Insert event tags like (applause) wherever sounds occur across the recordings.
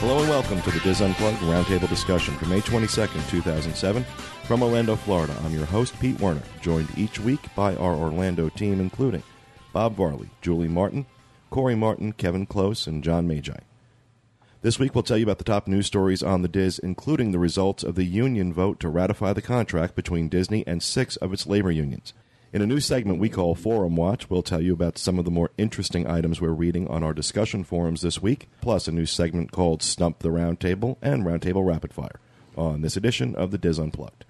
Hello and welcome to the Diz Unplugged Roundtable discussion for May 22nd, 2007, from Orlando, Florida. I'm your host, Pete Werner, joined each week by our Orlando team, including Bob Varley, Julie Martin, Corey Martin, Kevin Close, and John Magi. This week, we'll tell you about the top news stories on the Diz, including the results of the union vote to ratify the contract between Disney and six of its labor unions. In a new segment we call Forum Watch, we'll tell you about some of the more interesting items we're reading on our discussion forums this week, plus a new segment called Stump the Roundtable and Roundtable Rapid Fire on this edition of the Diz Unplugged.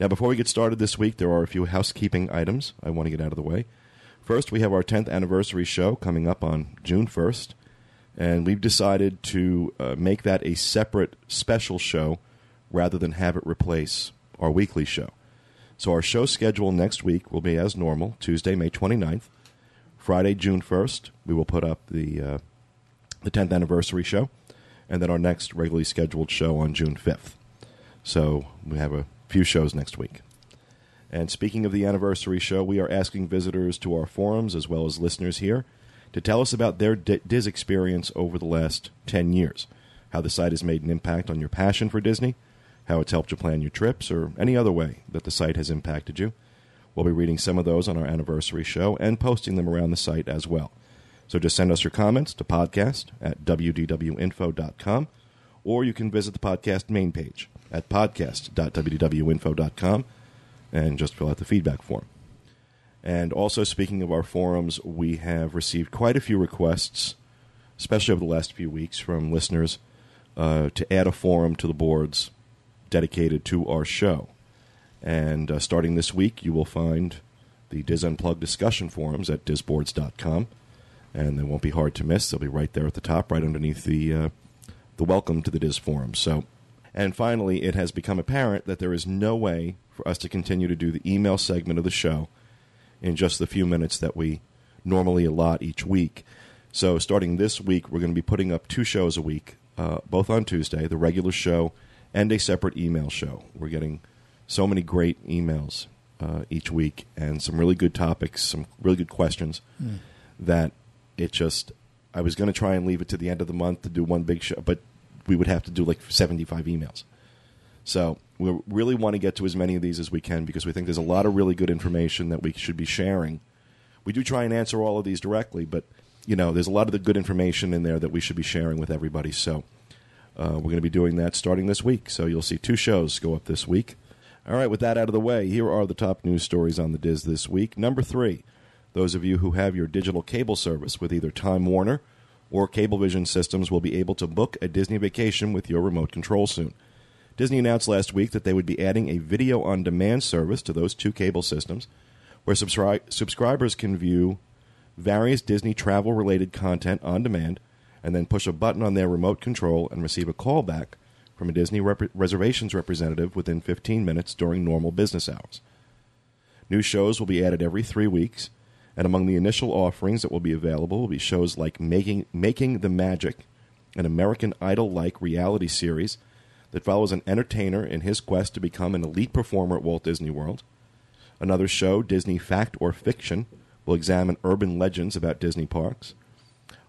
Now, before we get started this week, there are a few housekeeping items I want to get out of the way. First, we have our 10th anniversary show coming up on June 1st, and we've decided to uh, make that a separate special show rather than have it replace our weekly show. So, our show schedule next week will be as normal Tuesday, May 29th. Friday, June 1st, we will put up the, uh, the 10th anniversary show, and then our next regularly scheduled show on June 5th. So, we have a few shows next week. And speaking of the anniversary show, we are asking visitors to our forums as well as listeners here to tell us about their D- Diz experience over the last 10 years, how the site has made an impact on your passion for Disney, how it's helped you plan your trips, or any other way that the site has impacted you. We'll be reading some of those on our anniversary show and posting them around the site as well. So just send us your comments to podcast at wdwinfo.com, or you can visit the podcast main page at podcast.wdwinfo.com and just fill out the feedback form. And also, speaking of our forums, we have received quite a few requests, especially over the last few weeks, from listeners uh, to add a forum to the boards dedicated to our show. And uh, starting this week, you will find the Diz Unplugged discussion forums at disboards.com. And they won't be hard to miss. They'll be right there at the top, right underneath the, uh, the welcome to the Diz forum. So, and finally, it has become apparent that there is no way for us to continue to do the email segment of the show in just the few minutes that we normally allot each week. So, starting this week, we're going to be putting up two shows a week, uh, both on Tuesday, the regular show and a separate email show. We're getting so many great emails uh, each week and some really good topics, some really good questions that it just, I was going to try and leave it to the end of the month to do one big show, but we would have to do like 75 emails. So we really want to get to as many of these as we can because we think there's a lot of really good information that we should be sharing. We do try and answer all of these directly, but you know, there's a lot of the good information in there that we should be sharing with everybody. So uh, we're going to be doing that starting this week. So you'll see two shows go up this week. All right, with that out of the way, here are the top news stories on the Diz this week. Number three, those of you who have your digital cable service with either Time Warner or Cablevision systems will be able to book a Disney vacation with your remote control soon. Disney announced last week that they would be adding a video on demand service to those two cable systems where subscri- subscribers can view various Disney travel related content on demand and then push a button on their remote control and receive a callback from a Disney rep- reservations representative within 15 minutes during normal business hours. New shows will be added every three weeks, and among the initial offerings that will be available will be shows like Making, Making the Magic, an American Idol like reality series that follows an entertainer in his quest to become an elite performer at Walt Disney World. Another show, Disney Fact or Fiction, will examine urban legends about Disney parks.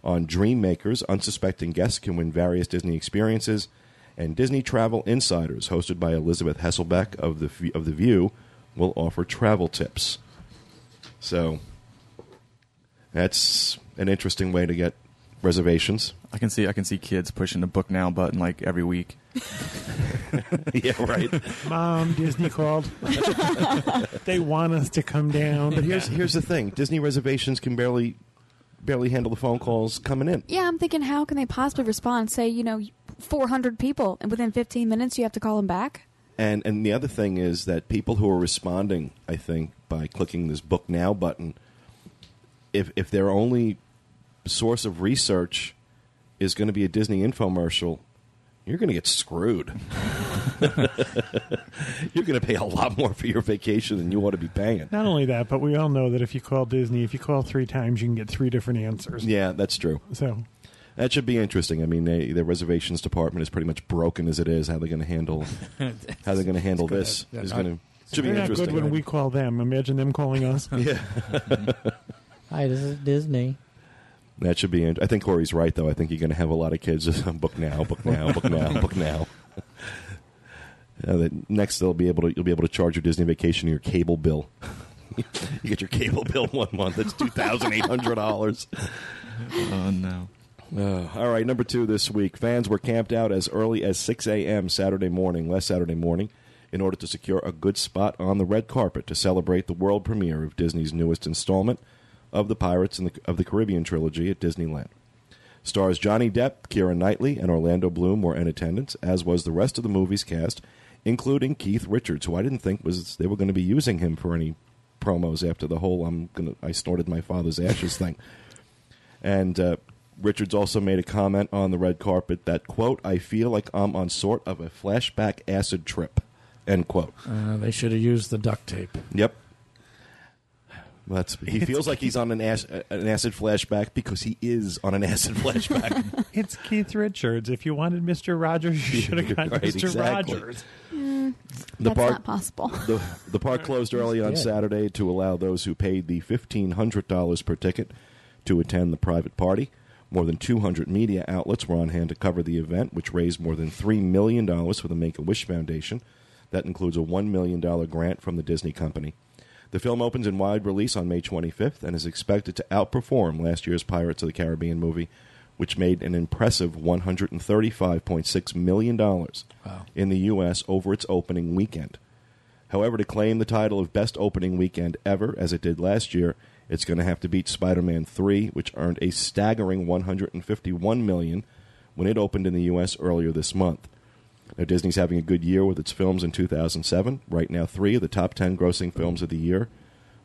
On Dream Makers, unsuspecting guests can win various Disney experiences, and Disney Travel Insiders, hosted by Elizabeth Hesselbeck of the of the View, will offer travel tips. So that's an interesting way to get reservations. I can see I can see kids pushing the book now button like every week. (laughs) yeah, right. Mom, (laughs) Disney called. they want us to come down. But here's here's the thing: Disney reservations can barely barely handle the phone calls coming in. Yeah, I'm thinking, how can they possibly respond? Say, you know, 400 people, and within 15 minutes, you have to call them back. And and the other thing is that people who are responding, I think, by clicking this book now button, if if their only source of research is going to be a Disney infomercial, you're going to get screwed. (laughs) you're going to pay a lot more for your vacation than you ought to be paying. Not only that, but we all know that if you call Disney, if you call three times, you can get three different answers. Yeah, that's true. So That should be interesting. I mean, they, their reservations department is pretty much broken as it is. How they're going to (laughs) handle how they're going to handle this Yeah, is I- going to should be they're not interesting. good when (laughs) we call them. Imagine them calling us. yeah. Hi, this is Disney. That should be. In- I think Corey's right, though. I think you're going to have a lot of kids (laughs) book now, book now, book now, (laughs) book now. Uh, that next, they'll be able to. You'll be able to charge your Disney vacation your cable bill. (laughs) you get your cable bill one month. That's two thousand eight hundred dollars. Oh no. Uh, all right, number two this week. Fans were camped out as early as 6 a.m. Saturday morning, last Saturday morning, in order to secure a good spot on the red carpet to celebrate the world premiere of Disney's newest installment of the Pirates and the, of the Caribbean trilogy at Disneyland. Stars Johnny Depp, Keira Knightley, and Orlando Bloom were in attendance, as was the rest of the movie's cast, including Keith Richards, who I didn't think was they were going to be using him for any promos after the whole "I'm gonna I snorted my father's ashes" thing. And uh, Richards also made a comment on the red carpet that quote I feel like I'm on sort of a flashback acid trip end quote. Uh, they should have used the duct tape. Yep. Well, that's, he feels like he's on an, ash, an acid flashback because he is on an acid (laughs) (laughs) flashback. It's Keith Richards. If you wanted Mr. Rogers, you (laughs) should have got Right, Mr. exactly. Rogers. the That's park not possible. (gasps) the, the park closed early on Yeah. Saturday to allow those who paid the $1,500 per ticket to attend the private party. More than 200 media outlets were on hand to cover the event, which raised more than $3 million for the Make a Wish Foundation. That includes a $1 million grant from the Disney Company. The film opens in wide release on May 25th and is expected to outperform last year's Pirates of the Caribbean movie, which made an impressive $135.6 million in the U.S. over its opening weekend. However, to claim the title of best opening weekend ever, as it did last year, it's going to have to beat Spider-Man 3, which earned a staggering 151 million when it opened in the U.S. earlier this month. Now, Disney's having a good year with its films in 2007. Right now, three of the top 10 grossing films of the year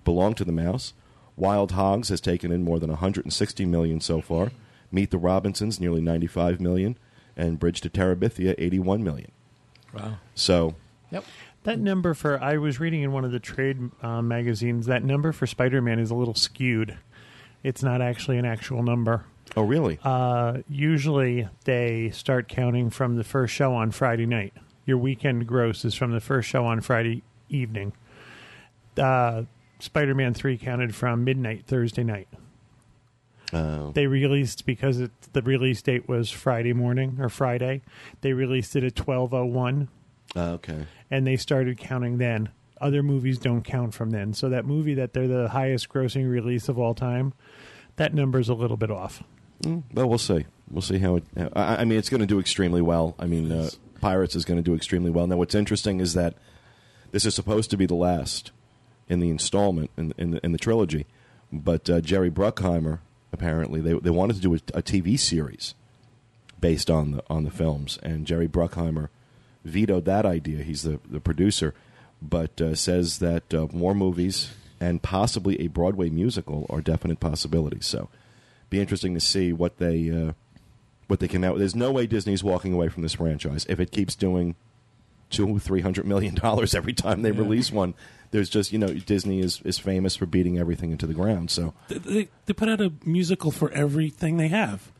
belong to the mouse. Wild Hogs has taken in more than 160 million so far. Meet the Robinsons, nearly 95 million, and Bridge to Terabithia, 81 million. Wow. So, Yep. That number for I was reading in one of the trade uh, magazines. That number for Spider-Man is a little skewed. It's not actually an actual number. oh really? Uh, usually, they start counting from the first show on Friday night. Your weekend gross is from the first show on Friday evening. Uh, Spider-Man Three counted from midnight Thursday night. Oh. They released because it, the release date was Friday morning or Friday. They released it at twelve oh one Oh, okay. and they started counting then. Other movies don't count from then. So that movie that they're the highest grossing release of all time, that number's a little bit off. Mm, well, we'll see. We'll see how it. how- I, I mean, it's going to do extremely well. I mean, uh, Pirates is going to do extremely well. Now, what's interesting is that this is supposed to be the last in the installment in in the, in the trilogy, but uh, Jerry Bruckheimer apparently they they wanted to do a, a TV series based on the on the films, and Jerry Bruckheimer vetoed that idea. He's the the producer, but uh, says that uh, more movies and possibly a Broadway musical are definite possibilities. So, be interesting to see what they uh, what they come out with. There's no way Disney's walking away from this franchise if it keeps doing two three hundred million dollars every time they release one. There's just you know Disney is is famous for beating everything into the ground. So They, they, they put out a musical for everything they have.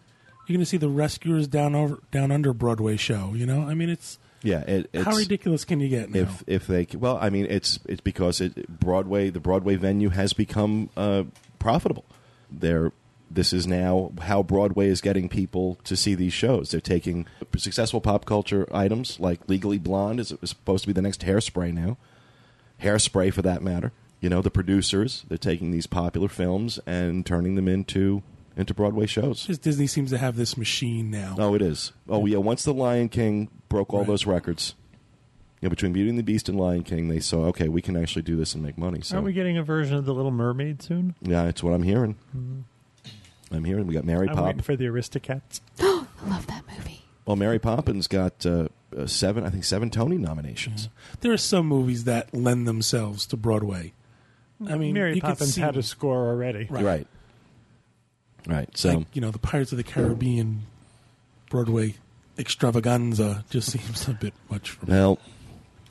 You're going to see the Rescuers down over down under Broadway show. You know, I mean, it's yeah, it, it's, how ridiculous can you get now? if if they well i mean it's it's because it broadway the broadway venue has become uh profitable they're this is now how broadway is getting people to see these shows they're taking successful pop culture items like legally blonde is is supposed to be the next hairspray now hairspray for that matter you know the producers they're taking these popular films and turning them into into broadway shows Just Disney seems to have this machine now. Oh, it is. Oh, yeah. Once the Lion King broke all Right. those records, you know, between Beauty and the Beast and Lion King, they saw, okay, we can actually do this and make money. So, Aren't Oh, we getting a version of The Little Mermaid soon? yeah, that's what I'm hearing. I'm hearing we got Mary Mm-hmm. I'm waiting Poppins. for the Aristocats. I love that movie. well, Mary Poppins got uh, uh, seven, I think, seven Tony nominations. There are some movies that lend themselves to Broadway. I mean, Mary you could Poppins see- had a score already. Right. Right. Right, So, like, you know, the Pirates of the Caribbean Broadway extravaganza just seems a bit much for me. well,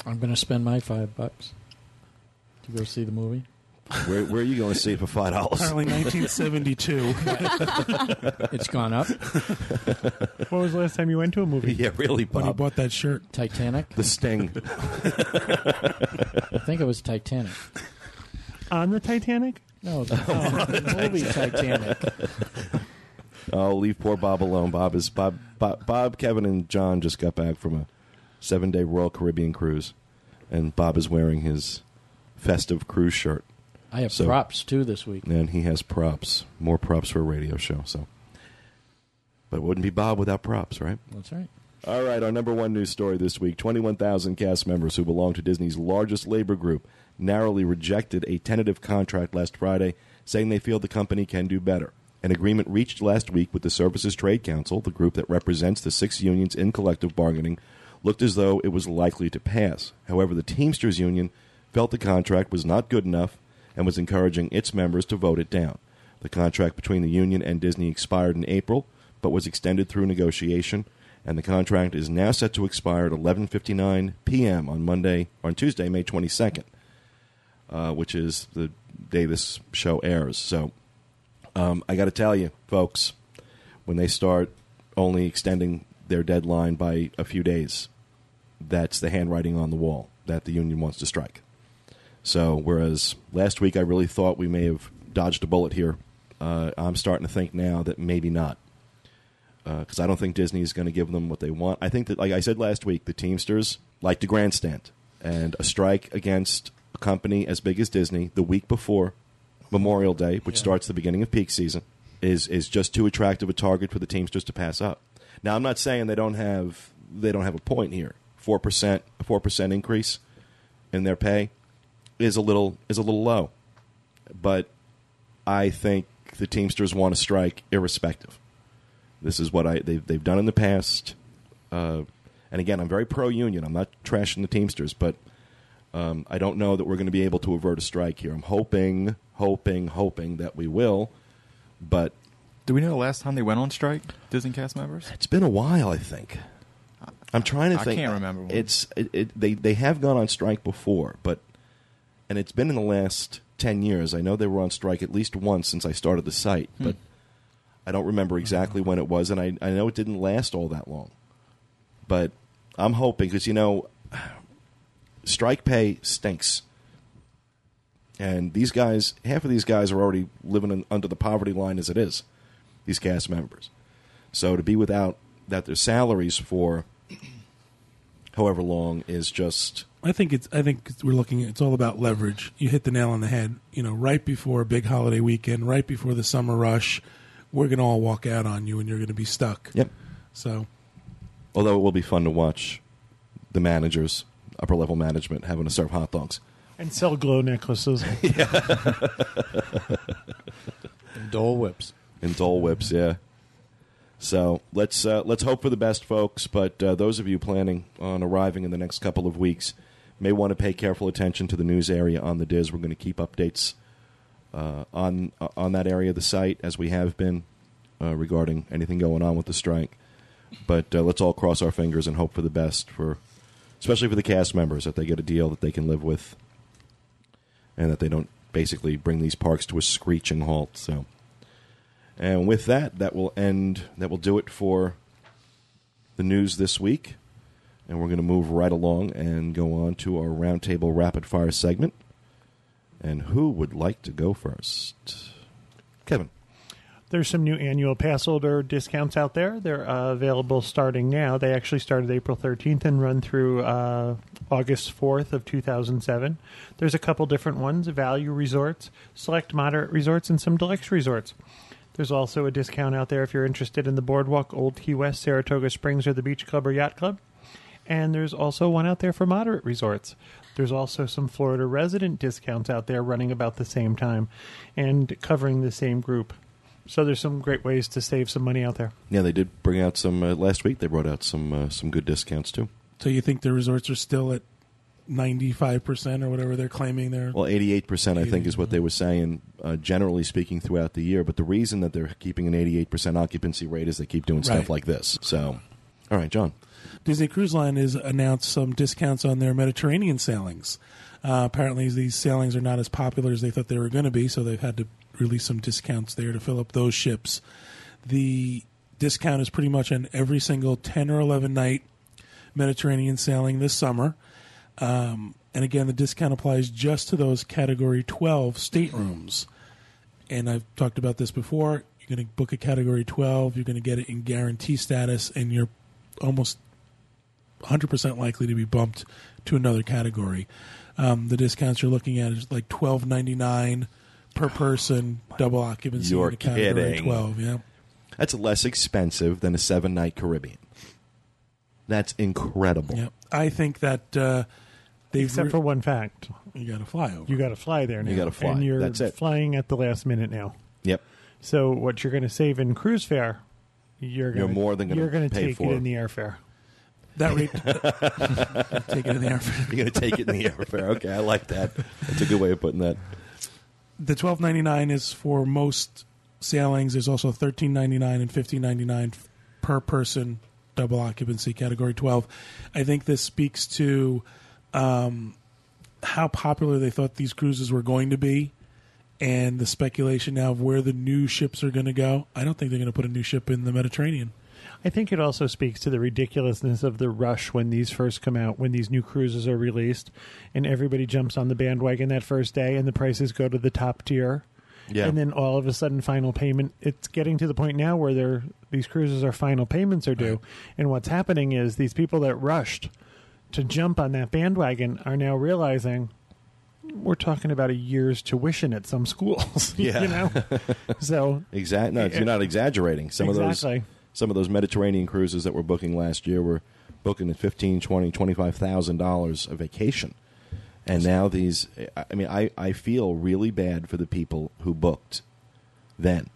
I'm going to spend my five bucks to go see the movie. where, where are you going to see it for five (laughs) dollars? Apparently, (laughs) 1972. It's gone up. What was the last time you went to a (laughs) movie? yeah, really, when he Bob. bought that shirt, (laughs) Titanic. The Sting. I think it was (laughs) Titanic. On the Titanic? (laughs) Oh, No, the, the movie Titanic. I'll leave poor Bob alone. Bob is Bob, Bob. Bob, Kevin, and John just got back from a seven-day Royal Caribbean cruise, and Bob is wearing his festive cruise shirt, I have So- props too this week. and he has props. More props for a radio show. So, but it wouldn't be Bob without props, right? That's right. All right, our number one news story this week 21,000 cast members who belong to Disney's largest labor group narrowly rejected a tentative contract last Friday, saying they feel the company can do better. An agreement reached last week with the Services Trade Council, the group that represents the six unions in collective bargaining, looked as though it was likely to pass. However, the Teamsters Union felt the contract was not good enough and was encouraging its members to vote it down. The contract between the union and Disney expired in April, but was extended through negotiation, and the contract is now set to expire at 11:59 p.m. on Monday, on Tuesday, May 22nd, uh, which is the day this show airs. So, um, I got to tell you, folks, when they start only extending their deadline by a few days, that's the handwriting on the wall that the union wants to strike. So, whereas last week I really thought we may have dodged a bullet here, uh, I'm starting to think now that maybe not. Because I don't think Disney is going to give them what they want. I think that, like I said last week, the Teamsters like to grandstand. And a strike against a company as big as Disney the week before Memorial Day, which starts the beginning of peak season, is, is just too attractive a target for the Teamsters to pass up. Now, I'm not saying they don't have, they don't have a point here. 4%, a 4% increase in their pay is a little is a little low, but I think the Teamsters want to strike irrespective. This is what I they've they've done in the past, uh, and again, I'm very pro union. I'm not trashing the Teamsters, but um, I don't know that we're going to be able to avert a strike here. I'm hoping, hoping, hoping that we will, but Do we know the last time they went on strike? Disney cast members? it's been a while. I think I'm trying to I think. can't remember one. It's it, it, they they have gone on strike before, but and it's been in the last ten years. I know they were on strike at least once since I started the site, Hmm. but I don't remember exactly Mm-hmm. when it was, and I I know it didn't last all that long. But I'm hoping because you know, strike pay stinks. And these guys, half of these guys are already living in, under the poverty line as it is, these cast members. So to be without that their salaries for (clears throat) however long is just I think it's. I think it's- we're looking. It's all about leverage. You hit the nail on the head. You know, right before a big holiday weekend, right before the summer rush, we're gonna all walk out on you, and you're gonna be stuck. yep. So Although it will be fun to watch the managers, upper level management, having to serve hot dogs. and sell glow necklaces. (laughs) And Dole whips. and Dole Whips, yeah. So let's uh, let's hope for the best, folks. But uh, those of you planning on arriving in the next couple of weeks may want to pay careful attention to the news area on the Diz. We're going to keep updates uh, on uh, on that area of the site as we have been uh, regarding anything going on with the strike. But uh, let's all cross our fingers and hope for the best for, especially for the cast members, that they get a deal that they can live with, and that they don't basically bring these parks to a screeching halt. So. And with that, that will end. That will do it for the news this week. And we're going to move right along and go on to our roundtable rapid fire segment. And who would like to go first? Kevin. There's some new annual pass holder discounts out there. They're uh, available starting now. They actually started April 13th and run through uh, August 4th of 2007. There's a couple different ones: value resorts, select moderate resorts, and some deluxe resorts. There's also a discount out there if you're interested in the Boardwalk, Old Key West, Saratoga Springs, or the Beach Club or Yacht Club. And there's also one out there for moderate resorts. There's also some Florida resident discounts out there running about the same time and covering the same group. So there's some great ways to save some money out there. Yeah, they did bring out some uh, last week. They brought out some uh, some good discounts too. So you think the resorts are still at ninety five percent or whatever they're claiming they're Well, 88% I think is what they were saying, uh, generally speaking, throughout the year. But the reason that they're keeping an 88% occupancy rate is they keep doing stuff Right. like this. So, all right, John. Disney Cruise Line has announced some discounts on their Mediterranean sailings. Uh, apparently, these sailings are not as popular as they thought they were going to be, so they've had to release some discounts there to fill up those ships. The discount is pretty much on every single 10 or 11 night Mediterranean sailing this summer. Um, and again, the discount applies just to those Category 12 staterooms and I've talked about this before. You're going to book a category 12. You're going to get it in guarantee status, and you're almost 100% likely to be bumped to another category. Um, the discounts you're looking at is like 12.99 per person, double occupancy Oh You're in a category kidding. 12. Yeah. That's less expensive than a seven night Caribbean. That's incredible. Yeah. I think that uh, they've Except re- for one fact, you got to fly over. you got to fly there now. gotta fly. and you're That's it. flying at the last minute now. Yep. So what you're going to save in cruise fare, you're You're going more than gonna you're going to pay take for. it in the airfare. (laughs) that rate. take it in the air. You're going to take it in the (laughs) airfare. Okay, I like that. That's a good way of putting that. the twelve ninety nine is for most sailings. There's also thirteen ninety nine and fifteen ninety nine per person, double occupancy category twelve. I think this speaks to um, how popular they thought these cruises were going to be, and the speculation now of where the new ships are going to go. I don't think they're going to put a new ship in the Mediterranean. I think it also speaks to the ridiculousness of the rush when these first come out, when these new cruises are released, and everybody jumps on the bandwagon that first day, and the prices go to the top tier. Yeah. And then all of a sudden, final payment. It's getting to the point now where they're, these cruises are final payments are due, and what's happening is these people that rushed to jump on that bandwagon are now realizing we're talking about a year's tuition at some schools. (laughs) Yeah. you (laughs) know. so Exactly. No, you're not exaggerating. Some of Exactly. those some of those Mediterranean cruises that we're booking last year were booking at fifteen, twenty, twenty-five thousand dollars a vacation, and now these. I I mean, I I feel really bad for the people who booked then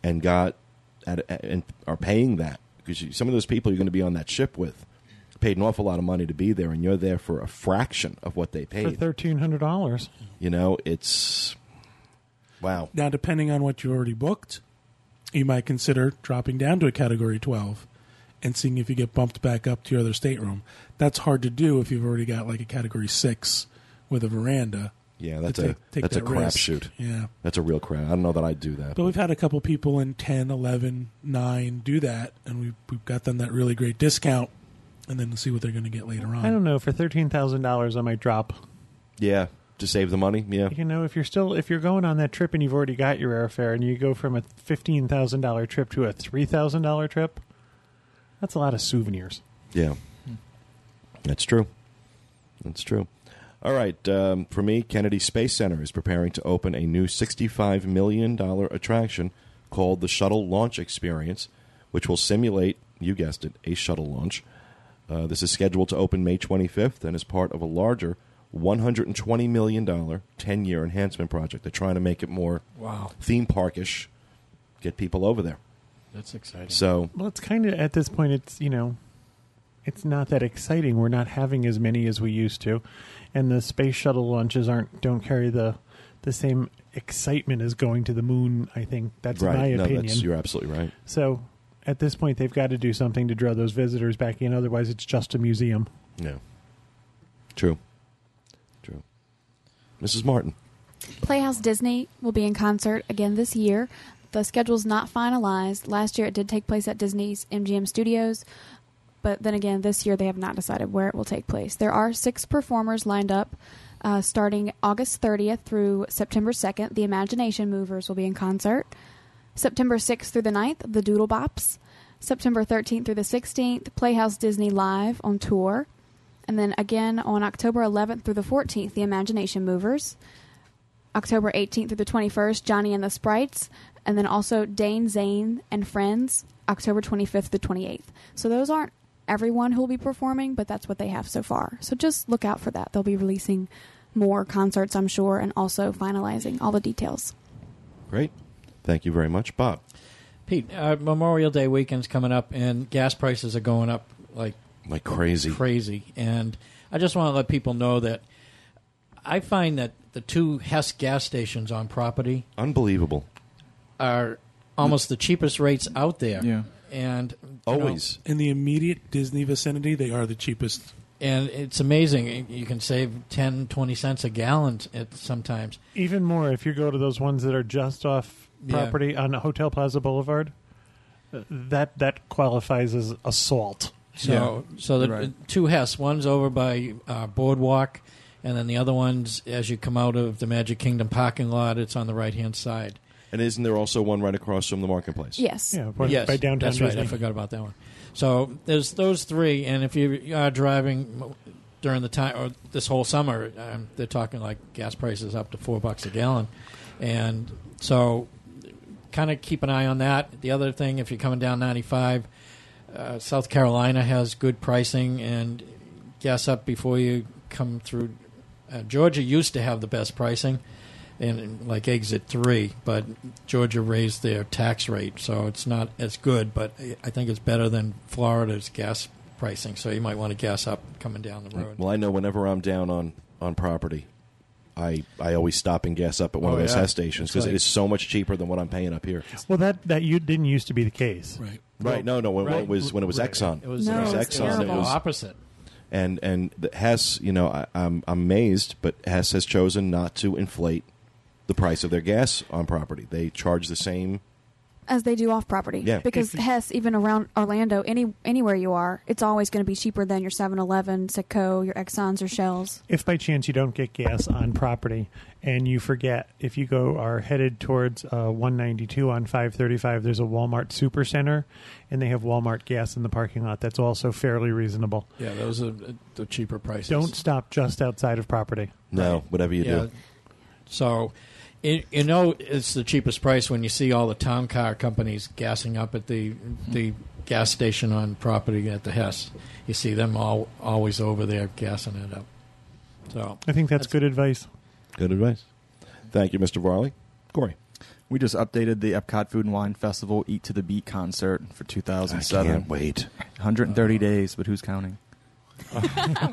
and got at, and are paying that because some of those people you're going to be on that ship with paid an awful lot of money to be there, and you're there for a fraction of what they for paid. thirteen hundred dollars. you know, it's wow. Now, depending on what you already booked, you might consider dropping down to a category 12 and seeing if you get bumped back up to your other stateroom. That's hard to do if you've already got like a category 6 with a veranda. Yeah, to that's a take- take that's a that risk. crapshoot. Yeah. That's a real crap. I don't know that I'd do that. But we've had a couple people in 10, 11, 9 do that, and we've, we've got them that really great discount, and then we'll see what they're going to get later on. I don't know. For thirteen thousand dollars, I might drop. Yeah, to save the money. Yeah, You know, if you're still if you're going on that trip and you've already got your airfare and you go from a fifteen thousand dollar trip to a three thousand dollar trip, that's a lot of souvenirs. yeah, that's true. That's true. All right, um, for me, Kennedy Space Center is preparing to open a new sixty-five million dollar attraction called the Shuttle Launch Experience, which will simulate, you guessed it, a shuttle launch. Uh, this is scheduled to open May twenty-fifth and is part of a larger one hundred and twenty million dollar ten-year enhancement project. They're trying to make it more Wow, theme parkish, get people over there. that's exciting. So Well, it's kind of at this point, it's you know, it's not that exciting. We're not having as many as we used to, and the space shuttle launches aren't don't carry the the same excitement as going to the moon. I think that's right, my no, opinion. that's you're absolutely right. so. At this point, they've got to do something to draw those visitors back in. Otherwise, it's just a museum. Yeah. True. True. Mrs. Martin. Playhouse Disney will be in concert again this year. The schedule's not finalized. Last year it did take place at Disney's MGM Studios, but then again, this year they have not decided where it will take place. There are six performers lined up. Uh, starting August 30th through September 2nd, the Imagination Movers will be in concert. September 6th through the 9th, the Doodle Bops. September 13th through the 16th, Playhouse Disney Live on tour. And then again on October 11th through the 14th, the Imagination Movers. October 18th through the 21st, Johnny and the Sprites, and then also Dane Zane and Friends, October 25th to 28th. So those aren't everyone who will be performing, but that's what they have so far. So just look out for that. They'll be releasing more concerts, I'm sure, and also finalizing all the details. Great. Thank you very much, Bob. Pete, uh, Memorial Day weekend's coming up, and gas prices are going up like Like crazy. crazy. And I just want to let people know that I find that the two Hess gas stations on property Unbelievable. are almost the cheapest rates out there. Yeah. And you know, Always. In the immediate Disney vicinity, they are the cheapest. and it's amazing. You can save 10, 20 cents a gallon at sometimes. Even more if you go to those ones that are just off Yeah. property on Hotel Plaza Boulevard. uh, That that qualifies as assault. So, so the Right. two Hess, one's over by uh, Boardwalk, and then the other one's as you come out of the Magic Kingdom parking lot. It's on the right hand side. And isn't there also one right across from the marketplace? Yes. Yeah, by, yes, by downtown That's right. Disney. I forgot about that one. So there's those three, and if you are driving during the time or this whole summer, um, they're talking like gas prices up to four bucks a gallon, and so kind of keep an eye on that. The other thing, if you're coming down 95, uh, South Carolina has good pricing, and gas up before you come through. Uh, Georgia used to have the best pricing, and, and like exit three, but Georgia raised their tax rate, so it's not as good. But I- I think it's better than Florida's gas pricing, so you might want to gas up coming down the road. Well, I know whenever I'm down on, on property, I, I always stop and gas up at one Oh, of those yeah. gas stations because It's like- it is so much cheaper than what I'm paying up here. Well, that that you didn't used to be the case. Right. Right? No, no. When, when Right. it was when it was Right. Exxon, It was, uh, No, it was it was Exxon. Exxon. It It was- was opposite. and and the Hess, you know, I, I'm I'm amazed, but Hess has chosen not to inflate the price of their gas on property. They charge the same. As they do off property. Yeah. Because Hess, even around Orlando, any anywhere you are, it's always going to be cheaper than your 7 Eleven, Sitco, your Exxons, or Shells. If by chance you don't get gas on property and you forget, if you go are headed towards uh, 192 on 535, there's a Walmart Supercenter, and they have Walmart gas in the parking lot. That's also fairly reasonable. Yeah, those are the cheaper prices. Don't stop just outside of property. No, whatever you do. So, it, you know, it's the cheapest price when you see all the town car companies gassing up at the the gas station on property at the Hess. You see them all always over there gassing it up. So, I think that's, good advice. Good advice. Thank you, Mr. Varley. Corey, We just updated the Epcot Food and Wine Festival Eat to the Beat concert for 2007. wait. 130 days, but who's counting?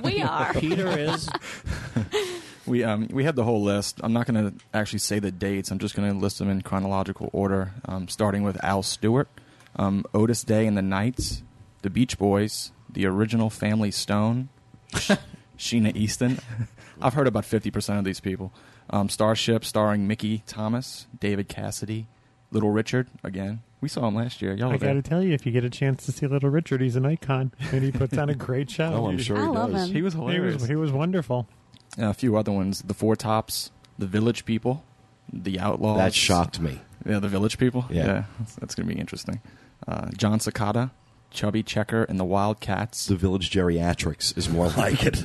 we are. Peter (laughs) is We um we have the whole list. I'm not going to actually say the dates. I'm just going to list them in chronological order, um, starting with Al Stewart, um, Otis Day and the Knights, the Beach Boys, the original Family Stone, Sh- (laughs) Sheena Easton. (laughs) I've heard about 50% of these people. Um, Starship, starring Mickey Thomas, David Cassidy, Little Richard. Again, we saw him last year. Y'all I were got there. to tell you, if you get a chance to see Little Richard, he's an icon, and he puts on a great show. Oh, I'm sure I he love does. him. He was He hilarious. was, he was wonderful. a few other ones: The Four Tops, The Village People, The Outlaws. That shocked me. Yeah, the village people. Yeah. that's, that's going to be interesting. Uh, John Cicada, Chubby Checker, and the Wildcats. The Village Geriatrics is (laughs) more like it.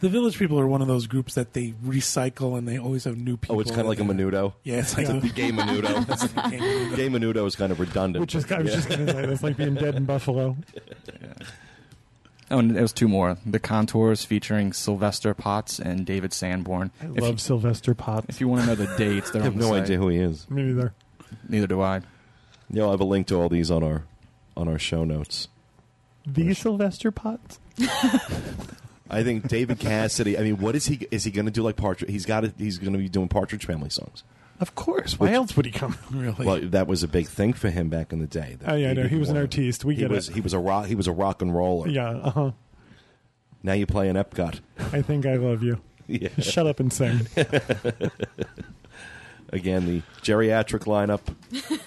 The village people are one of those groups that they recycle and they always have new people. Oh, it's kind of like a in there. menudo. Yeah, it's like Yeah. the (laughs) Gay menudo. (laughs) Gay menudo is kind of redundant. Which is, but I was yeah. just going to say, that's like being dead in Buffalo. (laughs) Oh, and there was two more. The Contours featuring Sylvester Potts and David Sanborn. I if love You, Sylvester Potts. (laughs) if you want to know the dates, (laughs) they're I have on the no site. idea who he is. Me neither. Neither do I. You know, I have a link to all these on our on our show notes. The Sylvester Potts? I think David Cassidy. I mean, what is he? Is he going to do like Partridge? He's got. to He's going to be doing Partridge Family songs. Of course. Why else would he come? really. Well, that was a big thing for him back in the day. that Oh, yeah, I know. He didn't was an want- artiste. We he get was. it. He was a rock. He was a rock and roller. (laughs) Yeah, uh huh. Now you play in Epcot. (laughs) I think I love you. yeah. (laughs) Shut up (laughs) and sing. Again, the geriatric lineup.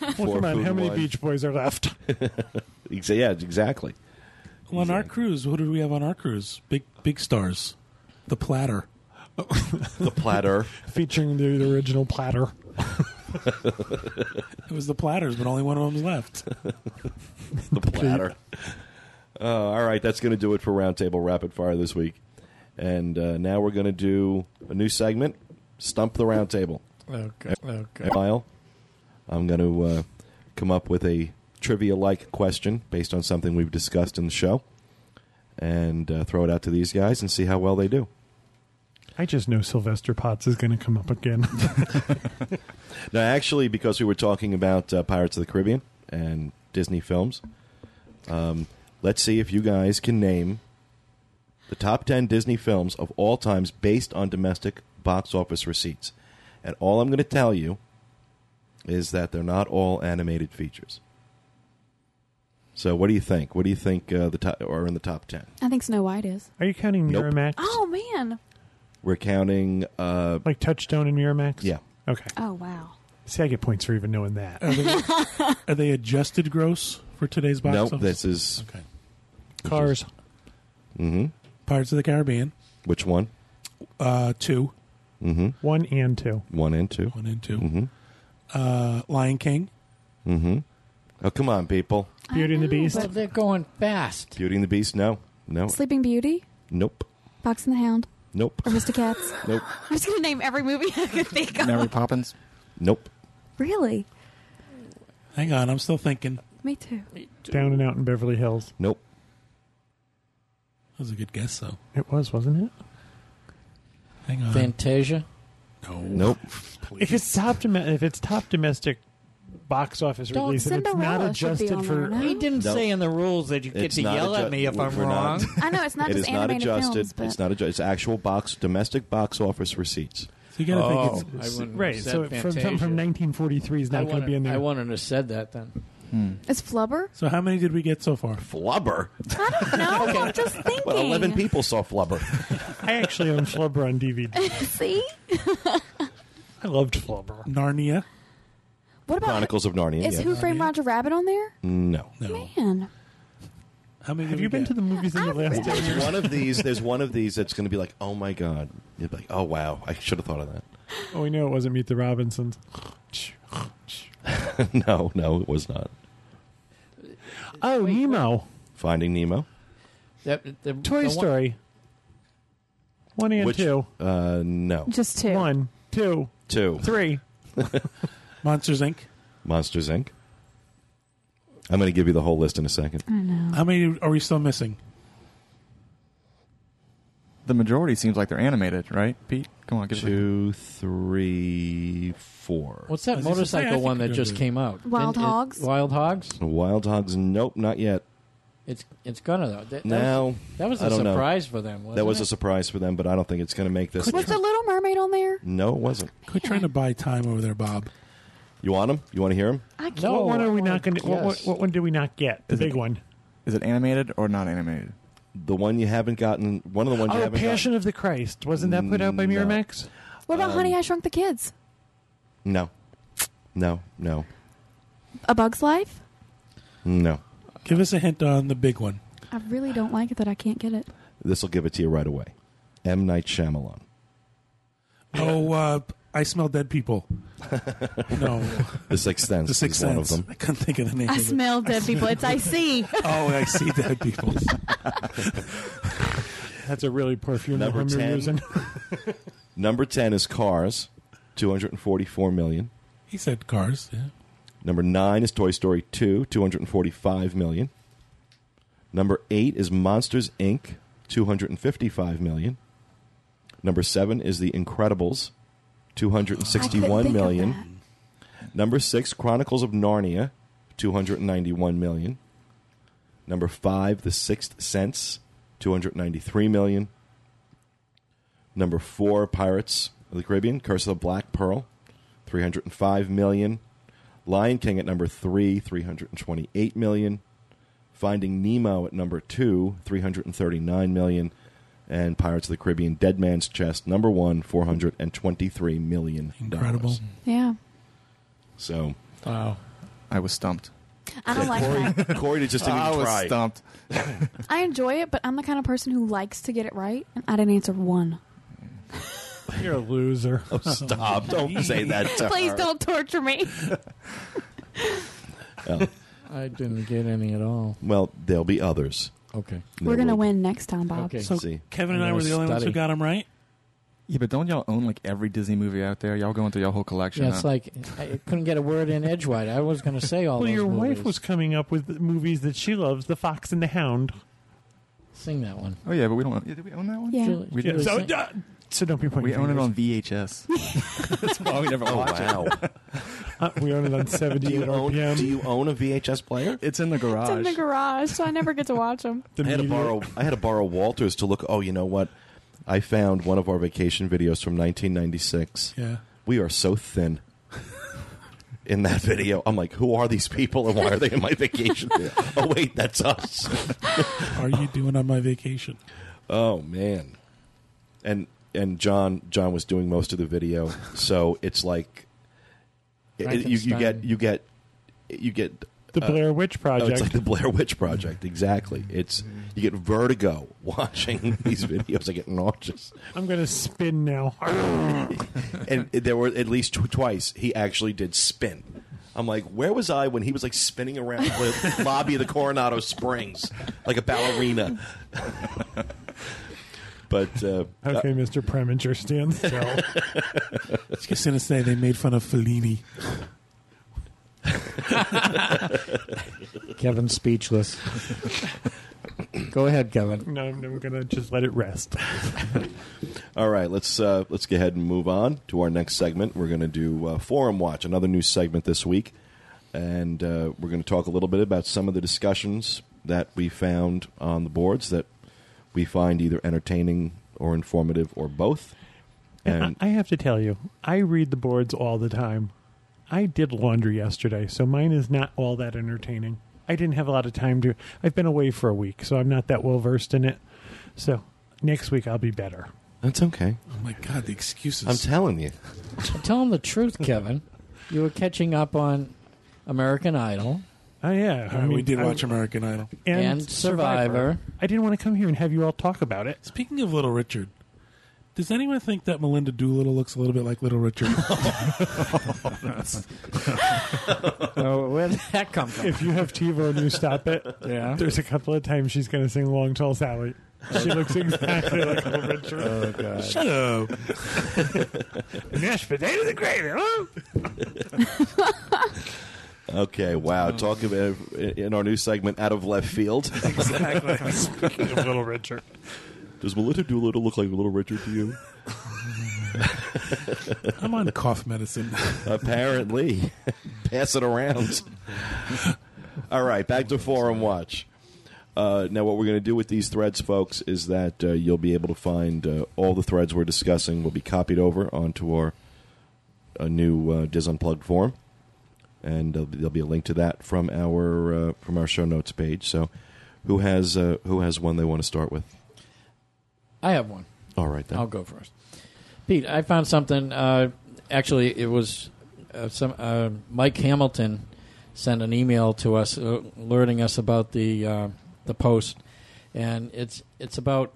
Well, for come on, Food how and many Wine. Beach Boys are left? (laughs) Exa- Yeah, exactly. Well, on our cruise, who did we have on our cruise? Big big stars. The platter. The (laughs) platter. Featuring the, the original platter. It was the platters, but only one of them's left. the platter. Uh, all right, that's going to do it for Roundtable Rapid Fire this week. And uh, now we're going to do a new segment, Stump the Roundtable. oh god, oh god. Kyle, I'm going to uh, come up with a trivia-like question based on something we've discussed in the show, and uh, throw it out to these guys and see how well they do. I just know Sylvester Potts is going to come up again. (laughs) Now, actually, because we were talking about uh, Pirates of the Caribbean and Disney films, um, let's see if you guys can name the top 10 Disney films of all times based on domestic box office receipts. And all I'm going to tell you is that they're not all animated features. So, what do you think? What do you think uh, the top, are in the top 10? I think Snow White is. Are you counting Nope. Miramax? Oh, man. We're counting. Uh, Like Touchstone and Miramax? yeah. Okay. Oh, wow. See, I get points for even knowing Uh, that. Are they, are they adjusted gross for today's box No, office? this is. okay. Cars. hmm Pirates of the Caribbean, Which one? uh, two, hmm One and two. One and two. one and 2 hmm uh, Lion King. Oh, come on, people. I Beauty and the know, Beast. But but- they're going fast. Beauty and the Beast, no. No. Sleeping Beauty, Nope. Fox and the Hound, Nope. or (laughs) Cats. Nope. I'm just gonna name every movie I could think of. Mary Poppins. Nope. Really? Hang on, I'm still thinking. Me too. Down and Out in Beverly Hills. Nope. That was a good guess, though. It was, wasn't it? Hang on. Fantasia. no. Nope. If it's top domi- if it's top domestic box office Don't- release, and it's not Cinderella should be adjusted on for there, no? He didn't No. say in the rules that you get It's to not yell adju- at me if I'm we're wrong. (laughs) not- I know it's not it just is not animated adjusted. films, but it's not adjusted. It's actual box domestic box office receipts. So you gotta Oh. think it's, I wouldn't right. have said So from something Fantasia. from 1943 is I not going to wouldn't- be in I there. wouldn't have said that then. it's Flubber. So how many did we get so far? Flubber. I (laughs) don't know. I'm just thinking. Well, eleven people saw (laughs) Flubber. I actually own Flubber on DVD. See, I loved Flubber. Narnia? what about Chronicles of Narnia. is yeah. Who Framed Roger Rabbit on there? (laughs) No. No. Man, How many? Have did you we been get? to the movies in the last? day? There's one of these. There's one of these that's going to be like, oh my god. You'll be like, oh wow. I should have thought of that. Oh, we know it wasn't Meet the Robinsons. (laughs) no, no, it was not. Oh, Nemo, Finding Nemo. That, the, Toy the one- Story, one and Which two, uh, no just two. one, two, two three. Monsters Inc. Monsters Inc. I'm going to give you the whole list in a second. I know. How many are we still missing? The majority seems like they're animated, right? Pete, come on, give it a Two, three, four. What's that As you said, I motorcycle think one I that just remember. came out? Wild Didn't it- Hogs? Wild Hogs. Wild Hogs? Nope, not yet. It's it's gonna though. That, that was, No, that was I a don't know. surprise for them. Wasn't that was it? a surprise for them, but I don't think it's going to make this. Was the Little Mermaid on there? No, it wasn't. Quit trying to buy time over there, Bob. You want them? You want to hear them? I can't. No. what one are we I not going to? What, what, guess. what one did we not get? The Is it- big one. Is it animated or not animated? The one you haven't gotten. One of the ones you Oh, haven't Mm, Passion of the Christ. Wasn't that put out by No. Miramax? What about Um, Honey, I Shrunk the Kids? gotten. No, no, no, A Bug's Life? no. Give us a hint on the big one. I really don't like it that I can't get it. This will give it to you right away. M Night Shyamalan. Oh, uh, I smell dead people. (laughs) no, The (laughs) Sixth Sense. the Sixth is one Sense. of them. I couldn't think of the name. I of smell dead people. It's (laughs) I see. It. (laughs) Oh, I see dead people. That's a really poor funeral Number home you're 10. (laughs) using. (laughs) Number ten is Cars, two hundred and forty-four million. (laughs) he said cars. Yeah. Number nine is Toy Story 2, 245 million. Number eight is Monsters Inc., 255 million. Number seven is The Incredibles, I couldn't think 261 of million. that. Number six, Chronicles of Narnia, 291 million. Number five, The Sixth Sense, 293 million. Number four, Pirates of the Caribbean, Curse of the Black Pearl, 305 million. Lion King at number three, 328 million. Finding Nemo at number two, 339 million. And Pirates of the Caribbean, Dead Man's Chest, number one, 423 million. Incredible. Yeah. So wow. I was stumped. I don't like that. Corey just didn't I even was try. stumped. I enjoy it, but I'm the kind of person who likes to get it right, and I didn't answer one. You're a loser. Oh, (laughs) stop! Don't say that. To (laughs) Please her. don't torture me. I didn't get any at all. Well, there'll be others. Okay. We're gonna win next time, Bob. Okay. So See. Kevin and I'm I were gonna the only ones who study. got them right. Yeah, but don't y'all own like every Disney movie out there? Y'all going through y'all whole collection. Yeah, it's huh? like I I couldn't get a word in edgewise. I was gonna say all. Well, those your movies. wife was coming up with movies that she loves, The Fox and the Hound. sing that one. oh yeah, but we don't. Yeah, did we own that one? Yeah. Julie- We Yeah, Julie did. so, sing- uh, so don't be pointing. We own it on fingers. VHS. That's why we never Oh watch it. (laughs) wow! Uh, we own (laughs) it on do 70 you at own RPM. Do you own a VHS player? It's in the garage. It's in the garage, so I never get to (laughs) watch them. the I had to media- borrow. I had to borrow Walters to look. Oh, you know what? I found one of our vacation videos from 1996. Yeah. We are so thin. (laughs) In that video, I'm like, "Who are these people, and why are they in my vacation?" video? oh wait, that's us. Are you doing on my vacation? Oh man, and and John John was doing most of the video, so it's like it- it- you, you Frankenstein. get you get you get The Blair Witch Oh, Project. it's like the Blair Witch Project. Exactly. It's you get vertigo (laughs) watching these videos. I get nauseous. I'm going to (laughs) spin now. And there were at least tw- twice he actually did spin. I'm like, where was I when he was like spinning around the (laughs) lobby of the Coronado Springs like a ballerina? (laughs) but uh, Okay, Mr. Preminger, stand still. (laughs) It's just gonna say they made fun of Fellini. Kevin's speechless. Go ahead, Kevin. no, I'm going to just let it rest. All right, let's uh, let's go ahead and move on to our next segment. We're going to do uh, Forum Watch, another new segment this week, and uh, we're going to talk a little bit about some of the discussions that we found on the boards that we find either entertaining or informative or both. And I I have to tell you, I read the boards all the time. I did laundry yesterday, so mine is not all that entertaining. I didn't have a lot of time to. I've been away for a week, so I'm not that well versed in it. So next week I'll be better. (laughs) that's okay. Oh my god, the excuses. I'm telling you. Tell them the truth, Kevin. You were catching up on American Idol Oh yeah, All right, we did watch American Idol. and, Survivor. I didn't want to come here and have you all talk about it. Speaking of Little Richard, does anyone think that Melinda Doolittle looks a little bit like Little Richard? (laughs) Oh, where the- That come from? If you have TiVo and you stop it, yeah. there's a couple of times she's going to sing "Long Tall Sally." She looks exactly like Little Richard. Oh, God. Shut up. mashed potato the gravy. huh? Okay, wow. Talk about in our new segment, out of left field. Speaking of Little Richard. (laughs) Does Melinda Doolittle look like Little Richard to you? I'm on cough medicine. (laughs) Apparently. (laughs) Pass it around. (laughs) All right, back to Forum Watch. Uh, now, what we're going to do with these threads, folks, is that uh, you'll be able to find uh, all the threads we're discussing will be copied over onto our a new uh, Diz Unplugged forum, and there'll be, there'll be a link to that from our uh, from our show notes page. So, who has uh, who has one they want to start with? I have one. All right, then. I'll go first. Pete, I found something. Uh, actually, it was uh, some uh, Mike Hamilton sent an email to us uh, alerting us about the uh, the post, and it's it's about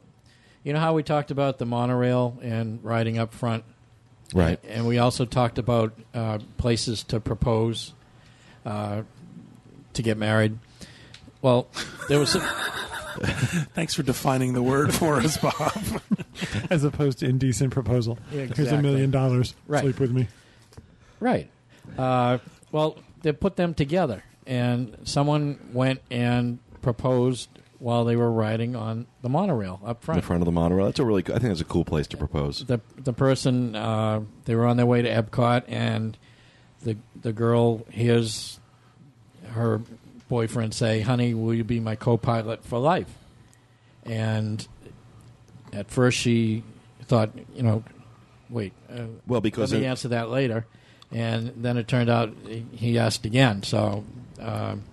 you know how we talked about the monorail and riding up front, right. And we also talked about uh, places to propose uh, to get married. Well, there was. (laughs) Thanks for defining the word for us, Bob. as opposed to indecent proposal. Here's a million dollars. Right. Sleep with me. Right. Uh, well, they put them together, and someone went and proposed while they were riding on the monorail up In front. front of the monorail. That's a really. co- I think that's a cool place to propose. The the person uh, they were on their way to Epcot, and the the girl hears her boyfriend say, "Honey, will you be my co-pilot for life?" And at first, she thought, you know, wait. Uh, Well, because let me it- answer that later. And then it turned out he asked again. So, um,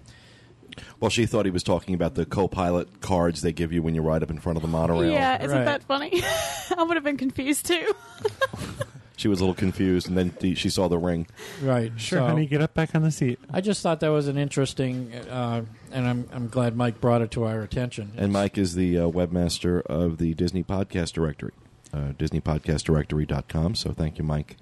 Well, she thought he was talking about the co-pilot cards they give you when you ride up in front of the monorail. Yeah, isn't Right. that funny? (laughs) I would have been confused too. She was a little confused, and then the, she saw the ring. right, Sure, so honey, get up back on the seat. I just thought that was an interesting, uh, and I'm I'm glad Mike brought it to our attention. And Mike is the uh, webmaster of the Disney Podcast Directory, uh, DisneyPodcastDirectory.com. So thank you, Mike,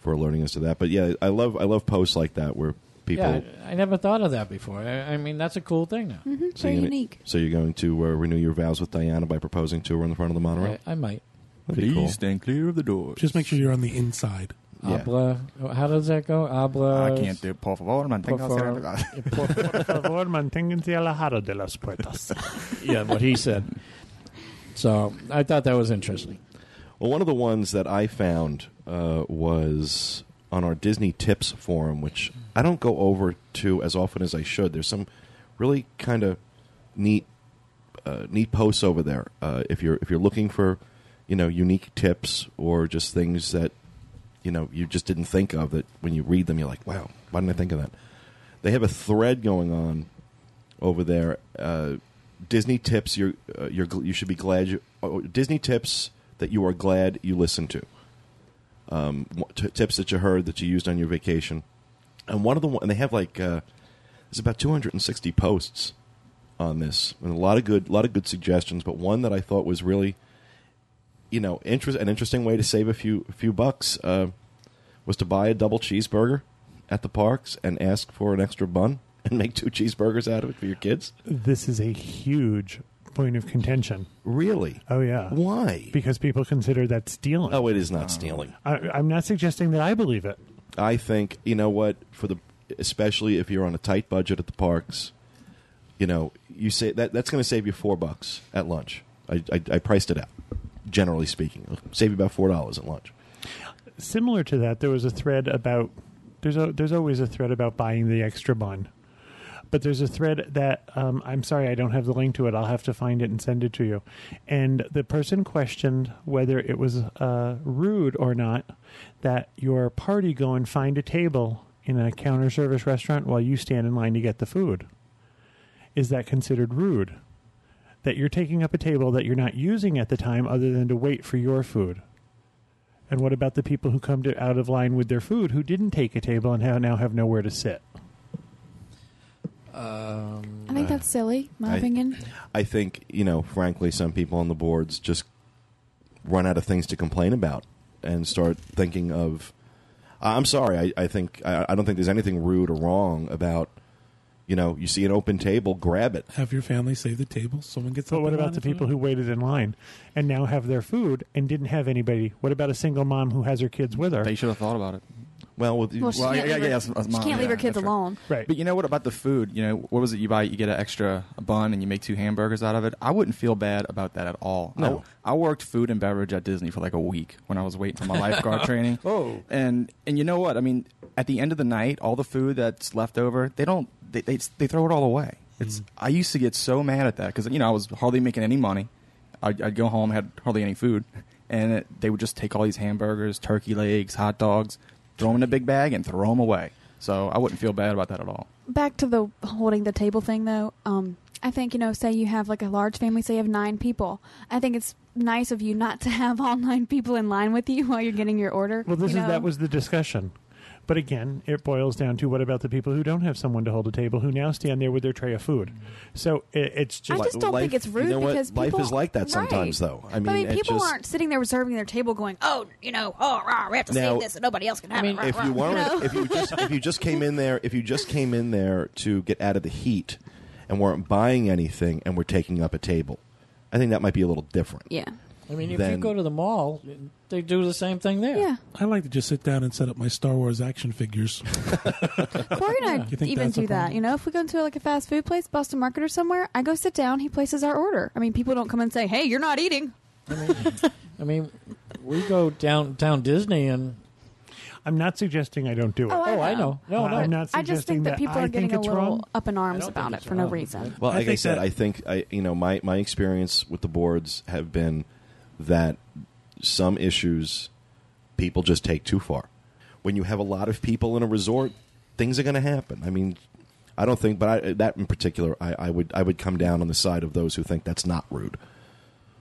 for alerting us to that. But yeah, I love I love posts like that where people. yeah, I, I never thought of that before. I, I mean, that's a cool thing now. you're Very gonna- unique. so you're going to uh, renew your vows with Diana by proposing to her in the front of the monorail. I, I might. That'd be Please cool. stand clear of the door. Just make sure you're on the inside. Yeah. Abla, how does that go? Abla. I can't do por favor, man. por Think I'll say uh, favor. (laughs) that. (laughs) yeah, what he said. So I thought that was interesting. Well, one of the ones that I found uh, was on our Disney Tips forum, which I don't go over to as often as I should. There's some really kind of neat, uh, neat posts over there. Uh, if you're if you're looking for, you know, unique tips or just things that, you know, you just didn't think of that when you read them, you're like, wow, why didn't I think of that? They have a thread going on over there. Uh, Disney tips you're, uh, you're gl- you should be glad you, oh, Disney tips that you are glad you listened to. Um, wh- t- tips that you heard that you used on your vacation, and one of the one and they have like uh, There's about 260 posts on this, and a lot of good, lot of good suggestions. But one that I thought was really, you know, interest an interesting way to save a few a few bucks uh, was to buy a double cheeseburger at the parks and ask for an extra bun and make two cheeseburgers out of it for your kids. This is a huge point of contention. Really? Oh yeah, Why? because people consider that stealing. Oh, it is not stealing. I, I'm not suggesting that I believe it. I think you know what for the especially if you're on a tight budget at the parks, you know you say that that's going to save you four bucks at lunch. I, I, I priced it out. Generally speaking, It'll save you about four dollars at lunch. Similar to that, there was a thread about there's a, there's always a thread about buying the extra bun, but there's a thread that um, I'm sorry I don't have the link to it. I'll have to find it and send it to you. And the person questioned whether it was uh, rude or not that your party go and find a table in a counter service restaurant while you stand in line to get the food. Is that considered rude? That you're taking up a table that you're not using at the time, other than to wait for your food. And what about the people who come to out of line with their food who didn't take a table and have, now have nowhere to sit? Um, I Uh, think that's silly, my I- opinion. I think you know, frankly, some people on the boards just run out of things to complain about and start thinking of. I- I'm sorry. I, I think I, I don't think there's anything rude or wrong about. You know, you see an open table, grab it. Have your family save the table. Someone gets. But up what in line about the if you people want. who waited in line and now have their food and didn't have anybody? What about a single mom who has her kids with her? They should have thought about it. Well, with, Well, she Well, can't, yeah, leave, yeah, her, that's- that's she mine, can't leave her yeah, kids that's right. alone. right. But you know what about the food? You know, what was it you buy? You get an extra bun and you make two hamburgers out of it. I wouldn't feel bad about that at all. No. I, I worked food and beverage at Disney for like a week when I was waiting for my lifeguard training. Oh. And and you know what? I mean, at the end of the night, all the food that's left over, they don't they they, they throw it all away. It's I used to get so mad at that because you know I was hardly making any money. I'd, I'd go home had hardly any food, and it, they would just take all these hamburgers, turkey legs, hot dogs, throw them in a big bag and throw them away. So I wouldn't feel bad about that at all. Back to the holding the table thing, though. Um, I think you know, say you have like a large family, say you have nine people. I think it's nice of you not to (laughs) have all nine people in line with you while you're getting your order. well, this is you know? that was the discussion. But again, it boils down to what about the people who don't have someone to hold a table who now stand there with their tray of food? So it, it's just I just don't think it's rude you know what? because life people- is like that Right. sometimes, though. I mean, But, I mean, it people just- aren't sitting there reserving their table, going, "Oh, you know, oh, rah, we have to Now- save this, and nobody else can have I mean, it." Rah, If rah." you weren't, know? if you just if you just came in there, if you just came in there to get out of the heat, and weren't buying anything, and were taking up a table, I think that might be a little different. yeah, I mean, if you Then- go to the mall, they do the same thing there. yeah. I like to just sit down and set up my Star Wars (laughs) action figures. Corey and I You think even that's a do that. problem? You know, if we go into like a fast food place, Boston Market or somewhere, I go sit down. He places our order. I mean, people don't come and say, "Hey, you're not eating." I mean, we go downtown Disney and I'm not suggesting I don't do it. Oh, I oh, I know, no, no, I'm not I just suggesting think that people I are getting think a it's little wrong. up in I arms don't about think it it's for no wrong. reason. Well, I like I, think said, that- I think I you know my my experience with the boards have been that some issues people just take too far. When you have a lot of people in a resort, things are going to happen. I mean, I don't think, but I, that in particular, I, I would I would come down on the side of those who think that's not rude.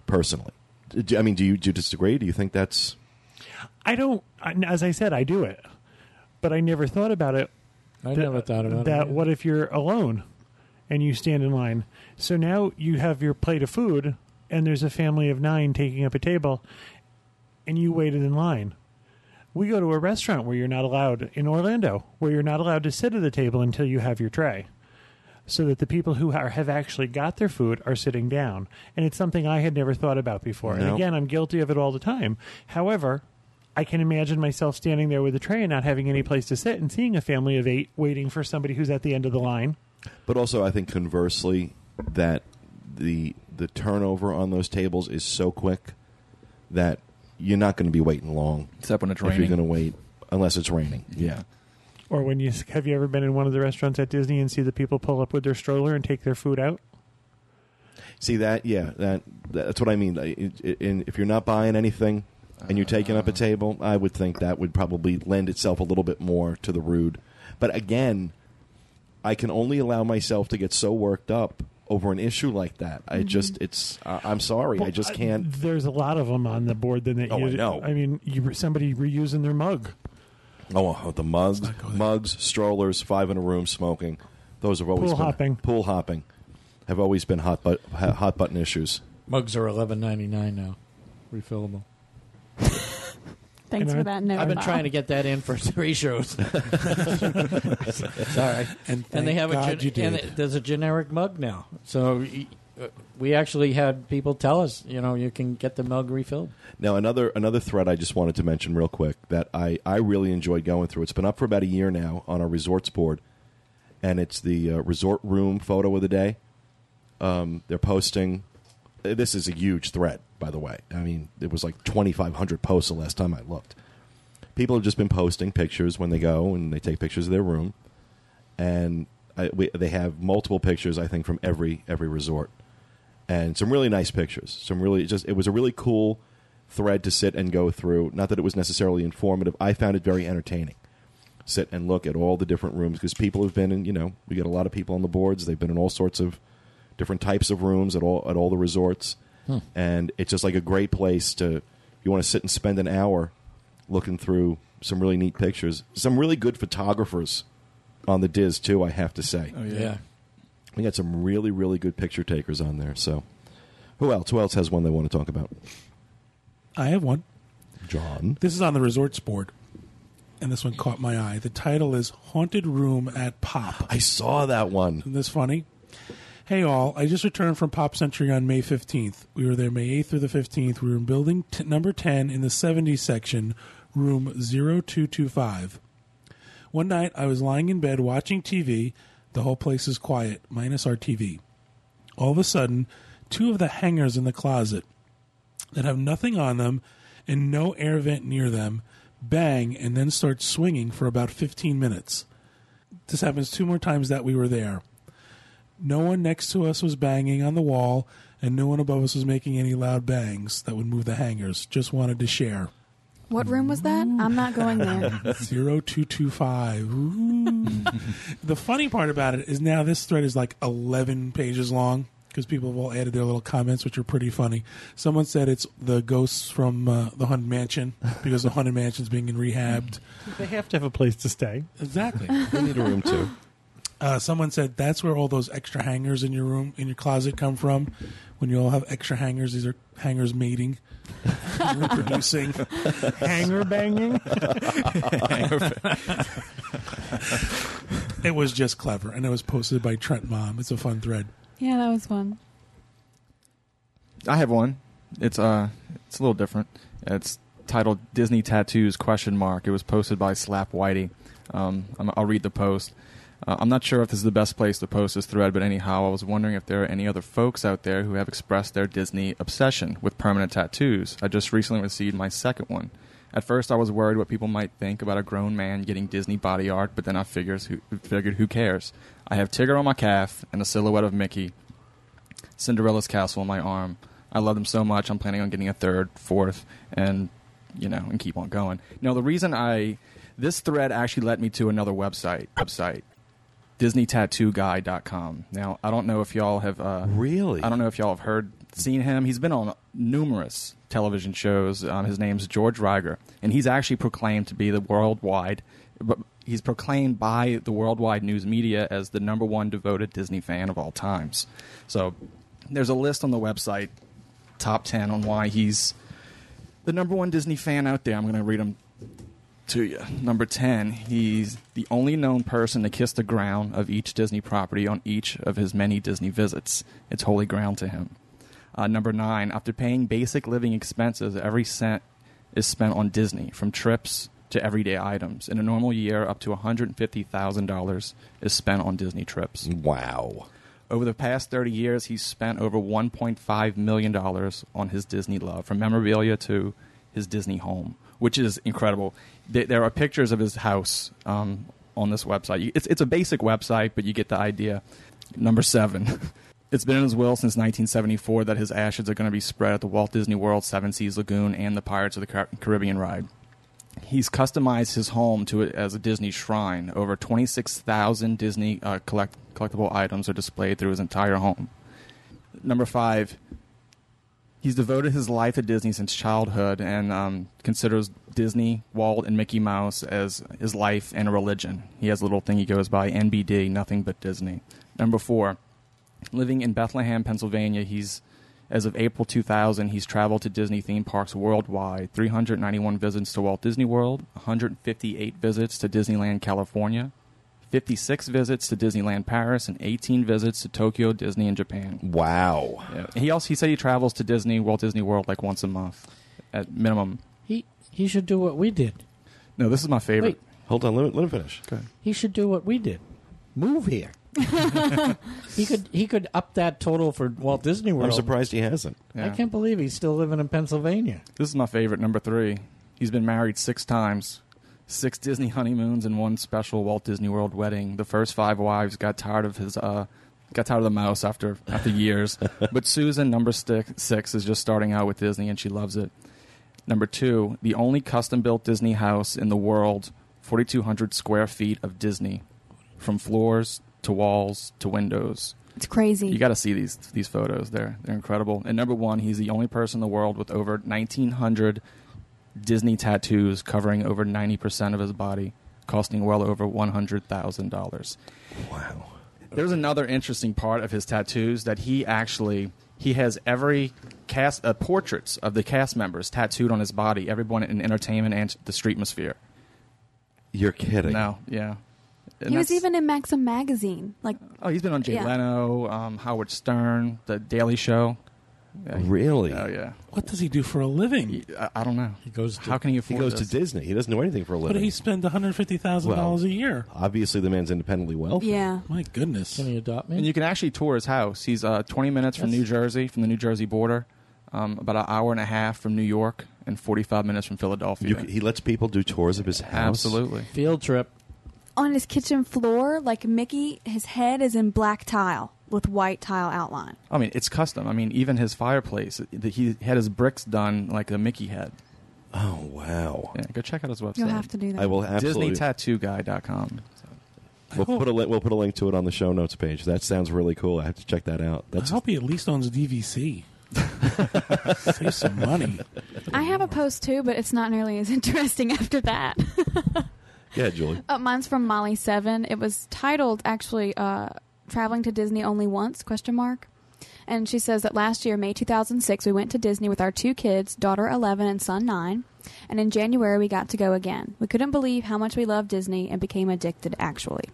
Personally, do, I mean, do you do you disagree? Do you think that's I don't. I- As I said, I do it, but I never thought about it I that- never thought about that. it. What if you're alone and you stand in line? So now you have your plate of food, and there's a family of nine taking up a table, and you waited in line. We go to a restaurant where you're not allowed in Orlando, where you're not allowed to sit at a table until you have your tray. So that the people who are, have actually got their food are sitting down, and it's something I had never thought about before. And No. again, I'm guilty of it all the time. However, I can imagine myself standing there with a tray and not having any place to sit and seeing a family of eight waiting for somebody who's at the end of the line. But also, I think conversely, that the the turnover on those tables is so quick that you're not going to be waiting long Except when it's if you're going to wait, unless it's raining. Yeah. Or when you have you ever been in one of the restaurants at Disney and see the people pull up with their stroller and take their food out? See that? Yeah. That that's what I mean. Like, it- it- And if you're not buying anything and you're taking up a table, I would think that would probably lend itself a little bit more to the rude. But again, I can only allow myself to get so worked up over an issue like that. I just, it's. I I'm sorry. I just can't. there's a lot of them on the board. Then that Oh, you, I know. I mean, you, somebody reusing their mug. Oh, well, the mugs, not go there. mugs, strollers, five in a room, smoking. Those have always Pool been, hopping. Pool hopping have always been hot but, ha- hot button issues. Mugs are eleven ninety nine now, refillable. Thanks You know, for that note. I've been Bob. trying to get that in for (laughs) three shows. Sorry. And, and they thank have God a you gen- did. and it- there's a generic mug now. So y- uh, we actually had people tell us, you know, you can get the mug refilled. Now another another thread I just wanted to mention real quick that I I really enjoyed going through. It's been up for about a year now on our resorts board, and it's the uh, resort room photo of the day. Um, they're posting. uh, This is a huge thread, by the way. I mean, it was like twenty five hundred posts the last time I looked. People have just been posting pictures when they go and they take pictures of their room, and I, we, they have multiple pictures. I think from every every resort and some really nice pictures. Some really just it was a really cool thread to sit and go through. Not that it was necessarily informative. I found it very entertaining. Sit and look at all the different rooms because people have been in. You know, we get a lot of people on the boards. They've been in all sorts of different types of rooms at all at all the resorts, and it's just like a great place to. If you want to sit and spend an hour looking through some really neat pictures, some really good photographers on the Diz too. I have to say. We got some really, really good picture takers on there. So, who else? Who else has one they want to talk about? I have one. John. This is on the resorts board, and this one caught my eye. The title is Haunted Room at Pop. I saw that one. Isn't this funny? Hey, all. I just returned from Pop Century on May 15th. We were there May 8th through the 15th. We were in building t- number 10 in the 70s section, room 0225. One night, I was lying in bed watching TV. The whole place is quiet, minus our TV. All of a sudden, two of the hangers in the closet that have nothing on them and no air vent near them bang and then start swinging for about 15 minutes. This happens two more times that we were there. No one next to us was banging on the wall, and no one above us was making any loud bangs that would move the hangers. Just wanted to share. (laughs) What room was that? I'm not going there. 0225. Ooh. the funny part about it is now this thread is like 11 pages long because people have all added their little comments, which are pretty funny. Someone said it's the ghosts from uh, the Haunted Mansion because the Haunted Mansion's being rehabbed. They have to have a place to (laughs) stay. Exactly. We need a room too. Uh, someone said that's where all those extra hangers in your room, in your closet, come from. When you all have extra hangers, these are hangers mating, (laughs) reproducing. Hanger banging. It was just clever, and it was posted by Trent Mom. It's a fun thread. yeah, that was fun. I have one. It's uh, it's a little different. It's titled "Disney Tattoos?" Question mark. It was posted by Slap Whitey. Um, I'm, I'll read the post. Uh, I'm not sure if this is the best place to post this thread, but anyhow, I was wondering if there are any other folks out there who have expressed their Disney obsession with permanent tattoos. I just recently received my second one. At first, I was worried what people might think about a grown man getting Disney body art, but then I figures who, figured who cares? I have Tigger on my calf and a silhouette of Mickey, Cinderella's castle on my arm. I love them so much. I'm planning on getting a third, fourth, and you know, and keep on going. Now, the reason I this thread actually led me to another website, website DisneyTattooGuy.com. Now, I don't know if y'all have uh, (gasps) Really? I don't know if y'all have heard, seen him. He's been on numerous television shows. Um, his name's George Reiger, and he's actually proclaimed to be the worldwide. But he's proclaimed by the worldwide news media as the number one devoted Disney fan of all times. So there's a list on the website, top ten on why he's the number one Disney fan out there. I'm going to read them to you. Number 10, he's the only known person to kiss the ground of each Disney property on each of his many Disney visits. It's holy ground to him. Uh, number 9, after paying basic living expenses, every cent is spent on Disney, from trips to everyday items. In a normal year, up to $150,000 is spent on Disney trips. Wow. Over the past 30 years, he's spent over $1.5 million on his Disney love, from memorabilia to his Disney home, which is incredible. Th- There are pictures of his house um, on this website. You- It's, it's a basic website, but you get the idea. Number seven. (laughs) It's been in his will since 1974 that his ashes are going to be spread at the Walt Disney World, Seven Seas Lagoon, and the Pirates of the Car- Caribbean ride. He's customized his home to it as a Disney shrine. Over 26,000 Disney uh, collect- collectible items are displayed through his entire home. Number five, He's devoted his life to Disney since childhood and um, considers Disney, Walt, and Mickey Mouse as his life and a religion. He has a little thing he goes by NBD, nothing but Disney. Number four, living in Bethlehem, Pennsylvania, he's as of April 2000, he's traveled to Disney theme parks worldwide 391 visits to Walt Disney World, 158 visits to Disneyland California, 56 visits to Disneyland Paris, and 18 visits to Tokyo Disney in Japan. Wow. Yeah. He also he said he travels to Disney Walt Disney World like once a month at minimum. He he should do what we did. No, this is my favorite. Wait, Hold on, let him, let him finish. he should do what we did. Move here. (laughs) He could he could up that total for Walt Disney World. I'm surprised he hasn't. Yeah. I can't believe he's still living in Pennsylvania. This is my favorite, number three. He's been married six times, six Disney honeymoons, and one special Walt Disney World wedding. The first five wives got tired of his, uh, got tired of the mouse after after years. but Susan, number six, six, is just starting out with Disney, and she loves it. Number two, the only custom built Disney house in the world, 4,200 square feet of Disney, from floors to walls to windows. It's crazy. You got to see these these photos. They're they're incredible. And number one, he's the only person in the world with over 1,900 Disney tattoos covering over 90 percent of his body, costing well over $100,000. Wow. There's another interesting part of his tattoos that he actually he has every cast uh, portraits of the cast members tattooed on his body. Everyone in entertainment and the streetmosphere. You're kidding. No, yeah. And he was that's- even in Maxim magazine. Like oh he's been on Jay Yeah. Leno, um, Howard Stern, The Daily Show. Yeah, he- Really? Oh yeah. What does he do for a living? I, I don't know. He goes. To, How can he He afford goes this? to Disney. He doesn't do anything for a But living. he spend one hundred fifty thousand dollars a year. Obviously, the man's independently wealthy. yeah. My goodness. can he adopt me? and you can actually tour his house. He's uh, 20 minutes from Yes. New Jersey, from the New Jersey border, um, about an hour and a half from New York, and 45 minutes from Philadelphia. You, he lets people do tours of his house. Absolutely. Field trip. On his kitchen floor, like Mickey, his head is in black tile with white tile outline. I mean, it's custom. I mean, even his fireplace, the, he had his bricks done like a Mickey head. Oh wow! Yeah, go check out his website. You'll have to do that. I will absolutely. DisneyTattooGuy.com. we'll (laughs) put a li- we'll put a link to it on the show notes page. That sounds really cool. I have to check that out. I That's hope he at least (laughs) owns DVC. Save some money. I have a post too, but it's not nearly as (laughs) interesting after that. (laughs) yeah, Julie. Uh, mine's from Molly Seven. It was titled actually uh, "Traveling to Disney Only Once?" question mark. And she says that last year, May 2006, we went to Disney with our two kids, daughter 11 and son 9, and in January we got to go again. We couldn't believe how much we loved Disney and became addicted actually.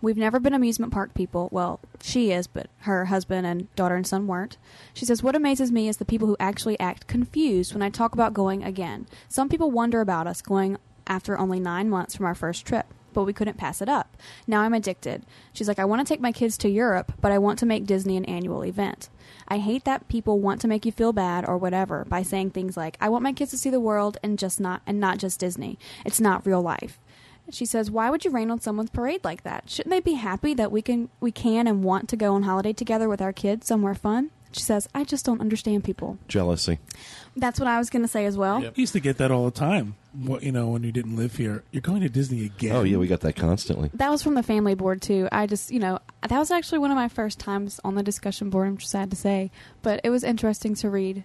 We've never been amusement park people. Well, she is, but her husband and daughter and son weren't. She says, What amazes me is the people who actually act confused when I talk about going again. Some people wonder about us going after only nine months from our first trip, but we couldn't pass it up. Now I'm addicted. She's like, I want to take my kids to Europe, but I want to make Disney an annual event. I hate that people want to make you feel bad or whatever by saying things like, I want my kids to see the world and just not and not just Disney. It's not real life. She says, "Why would you rain on someone's parade like that? Shouldn't they be happy that we can we can and want to go on holiday together with our kids somewhere fun?" She says, "I just don't understand people." Jealousy. That's what I was going to say as well. Yep. I used to get that all the time. What you know when you didn't live here, you're going to Disney again. Oh yeah, we got that constantly. That was from the family board too. I just, you know, that was actually one of my first times on the discussion board. I'm sad to say, but it was interesting to read.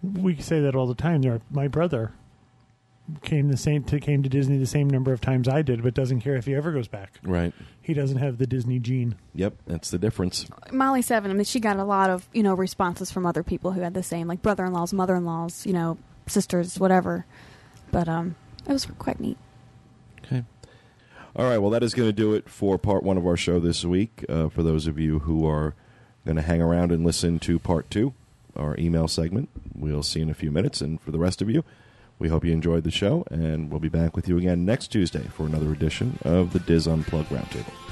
We say that all the time. There, my brother came the same to, came to Disney the same number of times I did, but doesn't care if he ever goes back. Right. He doesn't have the Disney gene. Yep. That's the difference. Molly Seven, I mean, she got a lot of you know responses from other people who had the same, like brother-in-laws, mother-in-laws, you know, sisters, whatever. But um, it was quite neat. Okay. All right. Well, that is going to do it for part one of our show this week. Uh, for those of you who are going to hang around and listen to part two, our email segment, we'll see in a few minutes. And for the rest of you, we hope you enjoyed the show, and we'll be back with you again next Tuesday for another edition of the Diz Unplugged Roundtable.